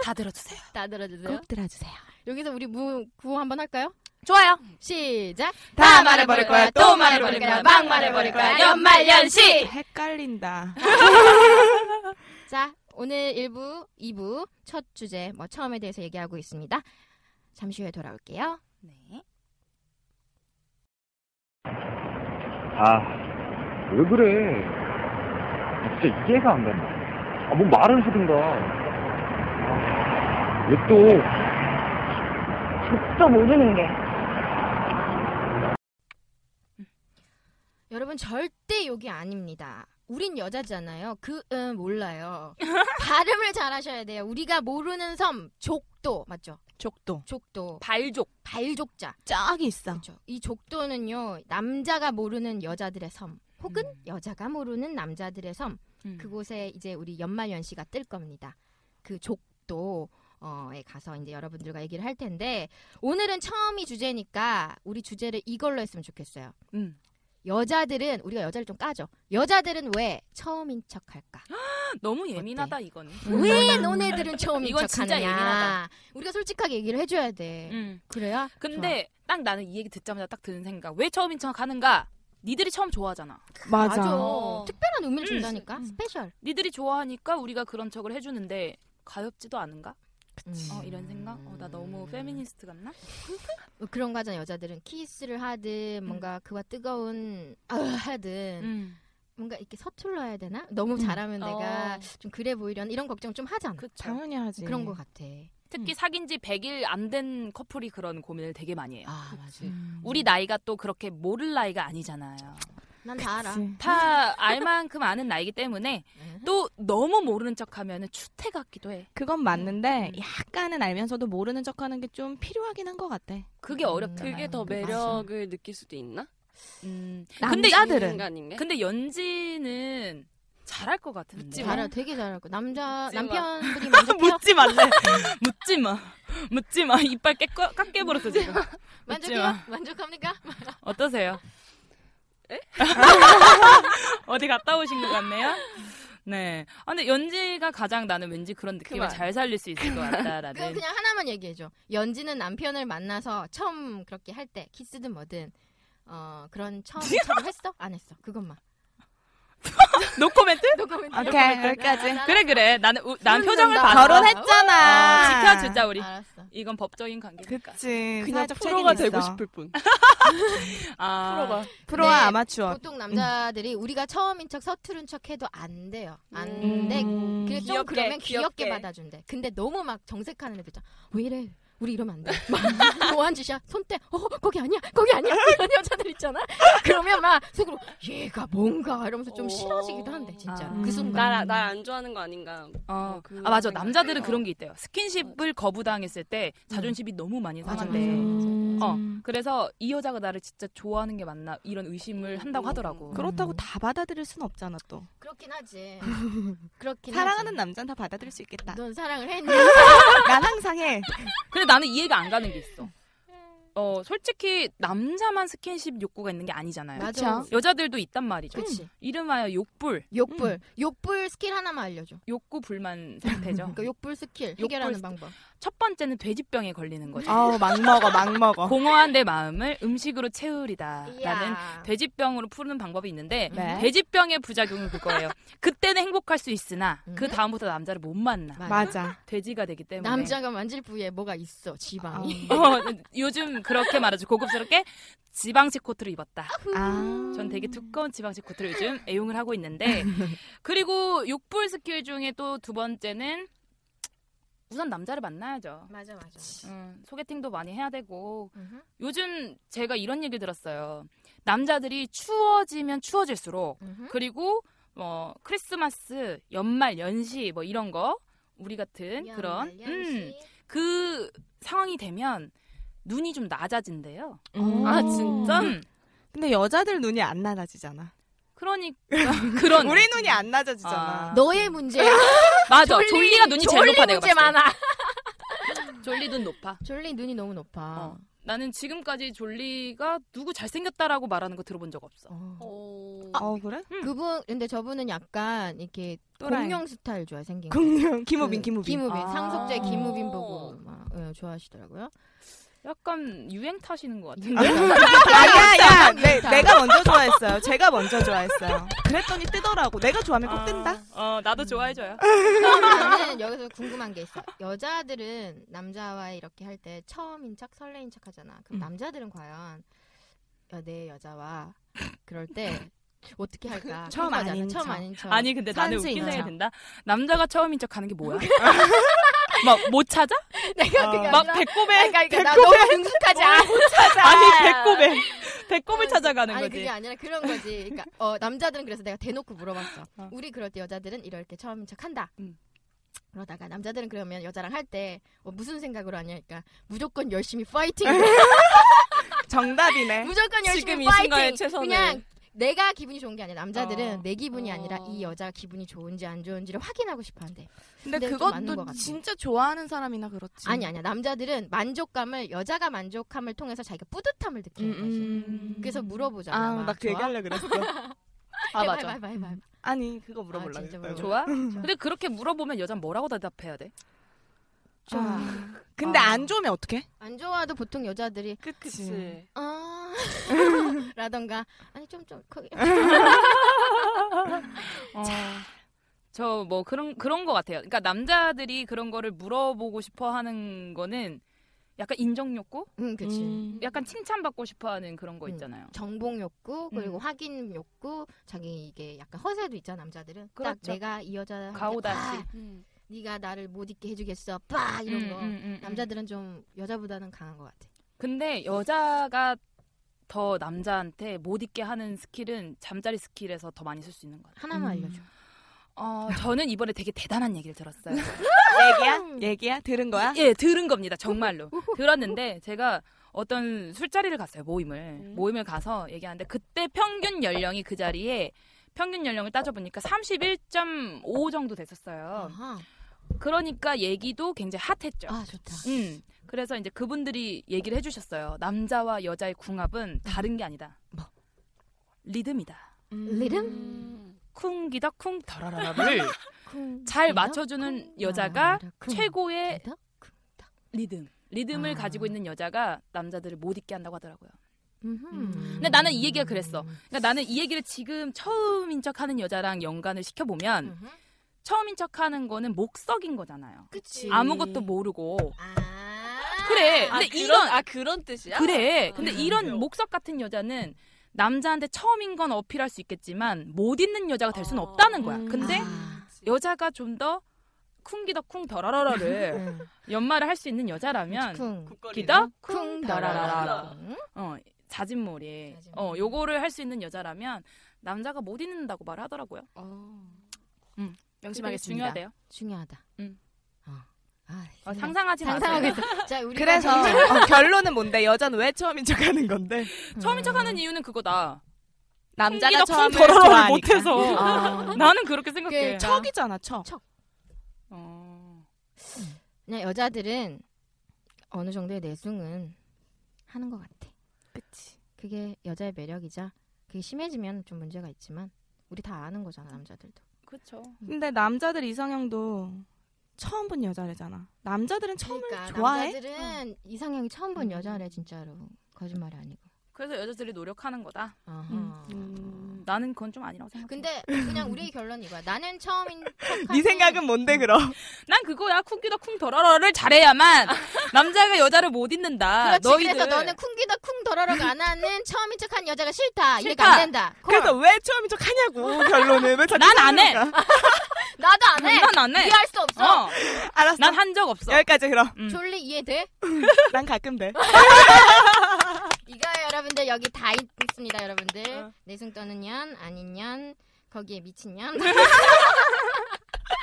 Speaker 4: 다 들어주세요.
Speaker 2: 다 들어주세요.
Speaker 3: 꼭 들어주세요.
Speaker 2: 여기서 우리 무 구호 한번 할까요?
Speaker 4: 좋아요.
Speaker 2: 시작.
Speaker 4: 다 말해버릴 거야, 또 말해버릴 거야, 막 말해버릴 거야, 연말연시!
Speaker 3: 헷갈린다.
Speaker 2: 자, 오늘 1부, 2부 첫 주제 뭐 처음에 대해서 얘기하고 있습니다. 잠시 후에 돌아올게요.
Speaker 4: 네.
Speaker 8: 아, 왜 그래? 아, 진짜 이해가 안 간다. 아, 뭐 말을 하든가. 아, 왜 또,
Speaker 7: 또 모르는 게.
Speaker 2: 여러분 절대 욕이 아닙니다. 우린 여자잖아요. 그, 음, 몰라요. 발음을 잘하셔야 돼요. 우리가 모르는 섬, 족도. 맞죠?
Speaker 3: 족도.
Speaker 2: 족도.
Speaker 4: 발족.
Speaker 2: 발족자.
Speaker 3: 짝이 있어.
Speaker 2: 그렇죠. 이 족도는요, 남자가 모르는 여자들의 섬. 혹은
Speaker 4: 음.
Speaker 2: 여자가 모르는 남자들의 섬.
Speaker 4: 음.
Speaker 2: 그곳에 이제 우리 연말연시가 뜰 겁니다. 그 족도 어에 가서 이제 여러분들과 얘기를 할 텐데 오늘은 처음이 주제니까 우리 주제를 이걸로 했으면 좋겠어요.
Speaker 4: 음.
Speaker 2: 여자들은 우리가 여자를 좀 까죠. 여자들은 왜 처음인 척할까?
Speaker 4: 아, 너무 예민하다 이거는.
Speaker 2: 왜 너네들은 처음인
Speaker 4: 이건 진짜
Speaker 2: 척하느냐?
Speaker 4: 예민하다.
Speaker 2: 우리가 솔직하게 얘기를 해줘야 돼.
Speaker 4: 음.
Speaker 2: 그래야.
Speaker 4: 근데 딱 나는 이 얘기 듣자마자 딱 드는 생각. 왜 처음인 척 하는가? 니들이 처음 좋아하잖아. 음.
Speaker 3: 맞아.
Speaker 2: 좋아. 특별한 의미를 준다니까 스페셜.
Speaker 4: 니들이 좋아하니까 우리가 그런 척을 해주는데 가엽지도 않은가?
Speaker 2: 음.
Speaker 4: 어, 이런 생각? 어, 나 너무 페미니스트 같나?
Speaker 2: 뭐 그런 거잖아 여자들은 키스를 하든 뭔가 그와 뜨거운 아, 하든
Speaker 4: 음.
Speaker 2: 뭔가 이렇게 서툴러야 되나? 너무 잘하면 내가 좀 그래 보이려나? 이런 걱정 좀 하잖아. 그,
Speaker 4: 어. 그쵸.
Speaker 3: 당연히 하지.
Speaker 2: 런것 같아. 음.
Speaker 4: 특히 사귄 지 100일 안 된 커플이 그런 고민을 되게 많이 해요. 음.
Speaker 2: 아, 맞아.
Speaker 4: 우리 나이가 또 그렇게 모를 나이가 아니잖아요.
Speaker 2: 음. 난 다 알아. 네.
Speaker 3: 그치.
Speaker 4: 다 알만큼 아는 나이기 때문에
Speaker 2: 응?
Speaker 4: 또 너무 모르는 척하면 추태 같기도 해.
Speaker 9: 음.
Speaker 3: 그건 맞는데 약간은 알면서도 모르는 척하는 게 좀 필요하긴 한 것 같아.
Speaker 4: 그게
Speaker 2: 음,
Speaker 4: 어렵잖아요.
Speaker 6: 그게 더 매력을 느낄 수도 있나?
Speaker 4: 음, 근데
Speaker 3: 남자들은
Speaker 6: 인간인 게.
Speaker 4: 근데 연지는 잘할 것 같아. 묻지 마.
Speaker 2: 잘하, 되게 잘하고 남자
Speaker 4: 묻지 마.
Speaker 2: 남편들이 먼저 펴,
Speaker 4: 묻지 말래. 묻지 마. 묻지 마. 이빨 깨, 깎게 버렸어 지금. 묻지
Speaker 2: 만족해요?
Speaker 4: 마. 네.
Speaker 2: 만족합니까?
Speaker 4: 어떠세요? 어디 갔다 오신 것 같네요. 네. 아, 근데 연지가 가장 나는 왠지 그런 느낌을
Speaker 6: 그만.
Speaker 4: 잘 살릴 수 있을 것
Speaker 2: 그럼
Speaker 4: 같다라는.
Speaker 2: 그냥 하나만 얘기해 줘. 연지는 남편을 만나서 처음 그렇게 할 때 키스든 뭐든 어 그런 처음 척을 했어? 안 했어? 그것만.
Speaker 4: 노코멘트?
Speaker 2: 노코멘트.
Speaker 9: 오케이, 여기까지.
Speaker 2: 아,
Speaker 4: 그래 그래. 나는 우- 난
Speaker 9: 소름
Speaker 4: 표정을
Speaker 9: 돋아.
Speaker 4: 봤어.
Speaker 9: 결혼했잖아.
Speaker 4: 어, 지켜주자 우리.
Speaker 2: 알았어.
Speaker 4: 이건 법적인 관계니까.
Speaker 9: 그치.
Speaker 6: 그냥
Speaker 9: 사회적
Speaker 6: 프로가
Speaker 9: 책임이
Speaker 6: 되고
Speaker 9: 있어.
Speaker 6: 싶을 뿐.
Speaker 4: 아,
Speaker 6: 프로가.
Speaker 9: 프로와
Speaker 2: 네,
Speaker 9: 아마추어.
Speaker 2: 보통 남자들이 우리가 처음인 척 서투른 척 해도 안 돼요.
Speaker 9: 음.
Speaker 2: 안 돼. 그래 좀
Speaker 4: 음. 귀엽게,
Speaker 2: 그러면 귀엽게,
Speaker 4: 귀엽게.
Speaker 2: 받아준대. 근데 너무 막 정색하는 애들 있잖아. 왜 이래? 우리 이러면 안 돼. 막 오한주샤 손대. 어 거기 아니야. 거기 아니야. 이런 여자들 있잖아. 그러면 막 속으로 얘가 뭔가 이러면서 좀
Speaker 6: 어.
Speaker 2: 싫어지기도 한대 진짜.
Speaker 4: 아.
Speaker 2: 그 순간.
Speaker 6: 나날안 좋아하는 거 아닌가.
Speaker 4: 어.
Speaker 6: 그
Speaker 4: 아 맞아.
Speaker 6: 생각.
Speaker 4: 남자들은 그런 게 있대요. 스킨십을 거부당했을 때 자존심이 너무 많이 상한대.
Speaker 3: 음.
Speaker 4: 어. 그래서 이 여자가 나를 진짜 좋아하는 게 맞나 이런 의심을
Speaker 2: 음.
Speaker 4: 한다고 하더라고.
Speaker 3: 음.
Speaker 9: 그렇다고 다 받아들일 순 없잖아 또.
Speaker 2: 그렇긴 하지. 그렇긴
Speaker 9: 사랑하는 남자는 다 받아들일 수 있겠다.
Speaker 2: 하지. 넌 사랑을 했니?
Speaker 9: 난 항상 해.
Speaker 4: 근데 나는 이해가 안 가는 게 있어. 어, 솔직히 남자만 스킨십 욕구가 있는 게 아니잖아요.
Speaker 2: 맞아.
Speaker 4: 여자들도 있단 말이죠.
Speaker 2: 그치.
Speaker 4: 이름하여 욕불,
Speaker 2: 욕불. 욕불 스킬 하나만 알려줘.
Speaker 4: 욕구 불만 상태죠.
Speaker 2: 그러니까 욕불 스킬
Speaker 4: 욕불
Speaker 2: 해결하는
Speaker 4: 스킬.
Speaker 2: 방법.
Speaker 4: 첫 번째는 돼지병에 걸리는 거죠.
Speaker 9: 아우 막 먹어 막 먹어.
Speaker 4: 공허한 내 마음을 음식으로 아. 채우리다라는
Speaker 2: 아. 이야. 음.
Speaker 4: 돼지병으로 푸는 방법이 있는데
Speaker 9: 네.
Speaker 4: 돼지병의 부작용은 그거예요. 그때는 행복할 수 있으나
Speaker 2: 음.
Speaker 4: 그 다음부터 남자를 못 만나
Speaker 2: 맞아.
Speaker 9: 맞아.
Speaker 4: 돼지가 되기 때문에
Speaker 2: 남자가 만질 부위에 뭐가 있어 지방이.
Speaker 4: 어, 요즘 그렇게 말하죠. 고급스럽게 지방식 코트를 입었다.
Speaker 9: 아.
Speaker 4: 전 되게 두꺼운 지방식 코트를 요즘 애용을 하고 있는데 그리고 욕불 스킬 중에 또 두 번째는 우선 남자를 만나야죠.
Speaker 2: 맞아 맞아.
Speaker 4: 음, 소개팅도 많이 해야 되고
Speaker 2: 음흠.
Speaker 4: 요즘 제가 이런 얘기 들었어요. 남자들이 추워지면 추워질수록
Speaker 2: 음흠.
Speaker 4: 그리고 뭐 크리스마스, 연말 연시 뭐 이런 거 우리 같은
Speaker 2: 연말,
Speaker 4: 그런 음,
Speaker 2: 연시.
Speaker 4: 그 상황이 되면 눈이 좀 낮아진대요.
Speaker 9: 아 진짜?
Speaker 4: 음.
Speaker 9: 근데 여자들 눈이 안 낮아지잖아.
Speaker 4: 그러니까 그런
Speaker 9: 우리 눈이 안 낮아지잖아.
Speaker 4: 아.
Speaker 2: 너의 문제야.
Speaker 4: 맞아 졸리, 가 눈이 제일
Speaker 2: 졸리
Speaker 4: 높아 내가
Speaker 2: 문제 많아.
Speaker 4: 봤을 때. 졸리 눈 높아.
Speaker 2: 졸리 눈이 너무 높아.
Speaker 4: 어. 나는 지금까지 졸리가 누구 잘생겼다라고 말하는 거 들어본 적 없어.
Speaker 2: 어. 음.
Speaker 6: 어.
Speaker 3: 아.
Speaker 9: 어 그래?
Speaker 2: 그분 근데 저분은 약간 이렇게
Speaker 9: 또라이.
Speaker 2: 공룡 스타일 좋아 생긴 거.
Speaker 9: 공룡 김우빈
Speaker 2: 그
Speaker 9: 김우빈.
Speaker 4: 아.
Speaker 2: 상속제 김우빈 보고 막 어, 좋아하시더라고요.
Speaker 4: 약간 유행 타시는 것 같아.
Speaker 9: 아니야, 야, 내,
Speaker 2: 다.
Speaker 9: 내가 먼저 좋아했어요. 제가 먼저 좋아했어요. 그랬더니 뜨더라고. 내가 좋아하면 꼭 뜬다.
Speaker 4: 어 나도 좋아해줘요.
Speaker 2: 저는 여기서 궁금한 게 있어. 여자들은 남자와 이렇게 할 때 처음인 척 설레인 척 하잖아.
Speaker 9: 음.
Speaker 2: 그럼 남자들은 과연 여- 내 여자와 그럴 때 어떻게 할까?
Speaker 9: 처음
Speaker 2: 궁금하잖아.
Speaker 9: 아닌
Speaker 2: 처음
Speaker 9: 척.
Speaker 2: 아닌 척.
Speaker 4: 아니 근데 나는
Speaker 9: 산수
Speaker 4: 웃긴
Speaker 9: 있죠.
Speaker 4: 생각이 든다. 남자가 처음인 척 하는 게 뭐야? 막 못 찾아?
Speaker 2: 내가 그게
Speaker 4: 막
Speaker 2: 아니라
Speaker 4: 배꼽에
Speaker 2: 그러니까, 그러니까 나 너무 능숙하지 않아.
Speaker 4: 아니 배꼽에 배꼽을 어, 찾아가는
Speaker 2: 아니
Speaker 4: 거지.
Speaker 2: 그게 아니라 그런 거지. 그러니까 어, 남자들은 그래서 내가 대놓고 물어봤어. 우리 그럴 때 여자들은 이렇게 처음인 척한다.
Speaker 4: 음.
Speaker 2: 그러다가 남자들은 그러면 여자랑 할 때 어, 무슨 생각으로 하냐? 그러니까 무조건 열심히 파이팅.
Speaker 9: 정답이네.
Speaker 2: 무조건
Speaker 6: 지금
Speaker 2: 열심히
Speaker 6: 이
Speaker 2: 파이팅.
Speaker 6: 순간에 최선을.
Speaker 2: 그냥 내가 기분이 좋은 게 아니라 남자들은
Speaker 4: 어.
Speaker 2: 내 기분이 아니라
Speaker 6: 어.
Speaker 2: 이 여자 기분이 좋은지 안 좋은지를 확인하고 싶어한대.
Speaker 9: 근데
Speaker 2: 좀 맞는 것
Speaker 9: 그것도
Speaker 2: 같아.
Speaker 9: 진짜 좋아하는 사람이나 그렇지.
Speaker 2: 아니 아니야 남자들은 만족감을 여자가 만족함을 통해서 자기가 뿌듯함을 느끼는
Speaker 3: 음,
Speaker 2: 거지. 그래서 물어보잖아. 막,
Speaker 9: 아나 그
Speaker 2: 좋아?
Speaker 9: 얘기하려 그랬어.
Speaker 4: 아
Speaker 2: 해봐,
Speaker 4: 맞아.
Speaker 2: 해봐, 해봐, 해봐.
Speaker 9: 아니 그거 물어보려고.
Speaker 2: 진짜
Speaker 9: 했어요.
Speaker 2: 물어보려고.
Speaker 4: 좋아? 근데 그렇게 물어보면 여자 뭐라고 대답해야 돼?
Speaker 9: 아, 근데 안 좋으면 어떡해?
Speaker 2: 안 좋아도 보통 여자들이
Speaker 9: 그치.
Speaker 2: 아 라던가 아니 좀 좀 크게 어.
Speaker 4: 저 뭐 그런 그런 거 같아요. 그러니까 남자들이 그런 거를 물어보고 싶어 하는 거는 약간 인정 욕구,
Speaker 2: 응 음, 그치
Speaker 3: 음.
Speaker 4: 약간 칭찬받고 싶어 하는 그런 거
Speaker 2: 음.
Speaker 4: 있잖아요.
Speaker 2: 정복 욕구 그리고
Speaker 4: 음.
Speaker 2: 확인 욕구 자기 이게 약간 허세도 있잖아 남자들은
Speaker 4: 그렇죠.
Speaker 2: 딱 내가 이 여자
Speaker 4: 가오다시.
Speaker 3: 음.
Speaker 2: 네가 나를 못 잊게 해주겠어 빠
Speaker 4: 음,
Speaker 2: 이런 거 남자들은 좀 여자보다는 강한 것 같아
Speaker 4: 근데 여자가 더 남자한테 못 있게 하는 스킬은 잠자리 스킬에서 더 많이 쓸 수 있는 것 같아요.
Speaker 2: 하나만
Speaker 9: 음.
Speaker 2: 알려줘
Speaker 4: 어, 저는 이번에 되게 대단한 얘기를 들었어요.
Speaker 9: 얘기야? 얘기야? 들은 거야?
Speaker 4: 예, 들은 겁니다. 정말로. 들었는데 제가 어떤 술자리를 갔어요. 모임을.
Speaker 2: 음.
Speaker 4: 모임을 가서 얘기하는데 그때 평균 연령이 그 자리에 평균 연령을 따져보니까 31.5 정도 됐었어요.
Speaker 2: 아하.
Speaker 4: 그러니까 얘기도 굉장히 핫했죠.
Speaker 2: 아 좋다
Speaker 4: 음. 그래서 이제 그분들이 얘기를 해주셨어요. 남자와 여자의 궁합은 다른 게 아니다.
Speaker 2: 음. 뭐?
Speaker 4: 리듬이다.
Speaker 2: 리듬
Speaker 4: 음. 쿵기덕 쿵 더러러를
Speaker 2: 쿵,
Speaker 4: 잘
Speaker 2: 리듬?
Speaker 4: 맞춰주는
Speaker 2: 쿵,
Speaker 4: 여자가
Speaker 2: 라라라, 쿵,
Speaker 4: 최고의
Speaker 2: 리듬? 쿵, 딱.
Speaker 4: 리듬. 리듬을
Speaker 2: 아.
Speaker 4: 가지고 있는 여자가 남자들을 못 잊게 한다고 하더라고요. 음. 근데 나는 이 얘기가 그랬어.
Speaker 2: 음.
Speaker 4: 그러니까 나는 이 얘기를 지금 처음인 척하는 여자랑 연관을 시켜보면
Speaker 6: 음.
Speaker 4: 처음인 척하는 거는 목석인 거잖아요.
Speaker 2: 그치. 아.
Speaker 4: 아무것도 모르고. 그래. 근데
Speaker 6: 예. 아, 그런-
Speaker 4: 이런
Speaker 6: 아 그런 뜻이야?
Speaker 4: 그래. 근데
Speaker 6: 아,
Speaker 4: 이런 목석 같은 여자는 남자한테 처음인 건 어필할 수 있겠지만 못 있는 여자가 될
Speaker 6: 아.
Speaker 4: 수는 없다는 거야. 근데
Speaker 6: 음.
Speaker 4: 여자가 좀 더 쿵기덕쿵
Speaker 6: 음.
Speaker 4: 더라라라를
Speaker 2: 아.
Speaker 4: 연말을 할 수 있는 여자라면 기덕쿵 더라라라. 어, 자진몰이. 어, 요거를 할 수 있는 여자라면 남자가 못 있는다고 말하더라고요. 음, 명심하게 중요하대요.
Speaker 2: 중요하다. 아,
Speaker 4: 어, 음. 상상하지
Speaker 2: 상상하고
Speaker 4: 마세요.
Speaker 2: 있어. 자, 우리가 음.
Speaker 3: 그래서
Speaker 2: 정말-
Speaker 3: 어, 결론은 뭔데? 여자는 왜 처음인 척하는 건데?
Speaker 4: 처음인 척하는 이유는 그거다.
Speaker 3: 남자가 처음을
Speaker 4: 덜어를
Speaker 3: 좋아하니까.
Speaker 4: 못해서
Speaker 3: 아.
Speaker 4: 나는 그렇게 생각해. 어.
Speaker 2: 그게 척이잖아,
Speaker 3: 척.
Speaker 2: 그냥 네, 여자들은 어느 정도의 내숭은 하는 것 같아. 그치. 그게 여자의 매력이자 그게 심해지면 좀 문제가 있지만 우리 다 아는 거잖아 남자들도.
Speaker 4: 그렇죠.
Speaker 3: 근데 남자들 이상형도 처음 본 여자래잖아. 남자들은 처음을 좋아해?
Speaker 2: 그러니까
Speaker 3: 어.
Speaker 2: 남자들은 이상형이 처음 본 여자래 진짜로 거짓말이 아니고.
Speaker 4: 그래서 여자들이 노력하는 거다.
Speaker 2: 음.
Speaker 4: 나는 그건 좀 아니라고 생각해.
Speaker 2: 근데 그냥 우리의 결론이 이거야. 나는 처음인
Speaker 3: 네 생각은 뭔데 그럼?
Speaker 4: 난 그거야 쿵기다 쿵 더러러를 잘해야만 남자가 여자를 못 잊는다.
Speaker 2: 그렇지.
Speaker 4: 너희들.
Speaker 2: 그래서 너는 쿵기다 쿵 더러러가 안 하는 처음인 척한 여자가 싫다.
Speaker 4: 싫다.
Speaker 2: 이해가 안 된다.
Speaker 3: 그래서 왜 처음인 척 하냐고 결론을 왜 자꾸
Speaker 4: 난안 해.
Speaker 2: 나도 안 해.
Speaker 4: 난 안 해.
Speaker 2: 이해할 수 없어.
Speaker 3: 알았어. 음.
Speaker 4: 난 한 적 없어.
Speaker 3: 여기까지 그럼.
Speaker 2: 졸리 이해돼?
Speaker 3: 난 가끔 돼.
Speaker 2: 이거요 여러분들 여기 다 있습니다 여러분들
Speaker 4: 어.
Speaker 2: 내숭 떠는 년 아닌 년 거기에 미친 년.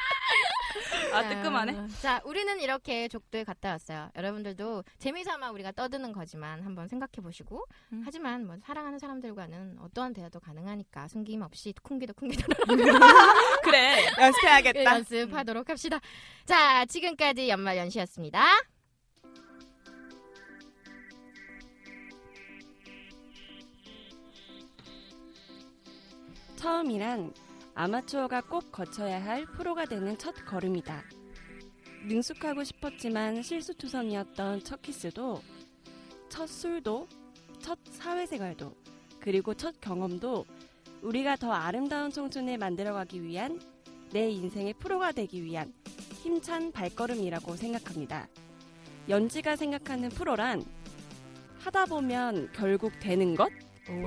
Speaker 4: 아, 뜨끔하네.
Speaker 2: 음. 자 우리는 이렇게 족도에 갔다 왔어요. 여러분들도 재미삼아 우리가 떠드는 거지만 한번 생각해 보시고
Speaker 4: 음.
Speaker 2: 하지만 뭐 사랑하는 사람들과는 어떠한 대화도 가능하니까 숨김 없이 쿵기도 쿵기도
Speaker 3: 그래. 연습해야겠다.
Speaker 2: 연습하도록 합시다. 자 지금까지 연말 연시였습니다.
Speaker 6: 처음이란 아마추어가 꼭 거쳐야 할 프로가 되는 첫 걸음이다. 능숙하고 싶었지만 실수투성이었던 첫 키스도, 첫 술도, 첫 사회생활도, 그리고 첫 경험도 우리가 더 아름다운 청춘을 만들어가기 위한 내 인생의 프로가 되기 위한 힘찬 발걸음이라고 생각합니다. 연지가 생각하는 프로란 하다 보면 결국 되는 것?
Speaker 4: 음.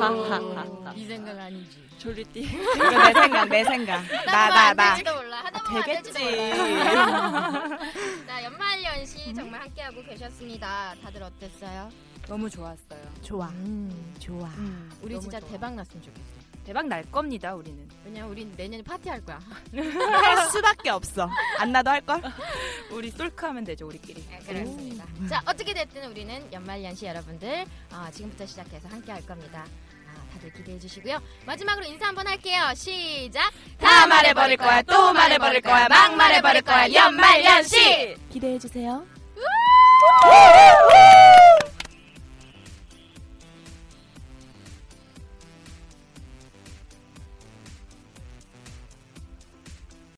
Speaker 6: 하하하하.
Speaker 2: 이 생각 아니지.
Speaker 6: 졸리띠.
Speaker 3: 이거 내 생각, 내 생각. 나, 나, 나.
Speaker 2: 지도 몰라. 하다 보면
Speaker 3: 되겠지.
Speaker 2: 안 될지도 몰라. 자, 연말 연시 정말 함께하고 계셨습니다. 다들 어땠어요?
Speaker 4: 너무 좋았어요.
Speaker 2: 좋아. 좋아. 음, 우리
Speaker 4: 음, 너무
Speaker 2: 진짜
Speaker 4: 좋아.
Speaker 2: 대박 났으면 좋겠어.
Speaker 4: 대박 날 겁니다 우리는.
Speaker 2: 왜냐 우린 내년에 파티할 거야.
Speaker 3: 할 수밖에 없어. 안 나도 할 걸.
Speaker 4: 우리 쏠크하면 되죠 우리끼리.
Speaker 2: 그렇습니다. 네. 음. 자, 어떻게 됐든 우리는 연말 연시 여러분들 어, 지금부터 시작해서 함께할 겁니다. 아, 다들 기대해 주시고요. 마지막으로 인사 한번 할게요. 시작.
Speaker 3: 다 말해버릴 거야, 또 말해버릴 거야, 막 말해버릴 거야, 연말 연시!
Speaker 2: 기대해 주세요.
Speaker 3: 우!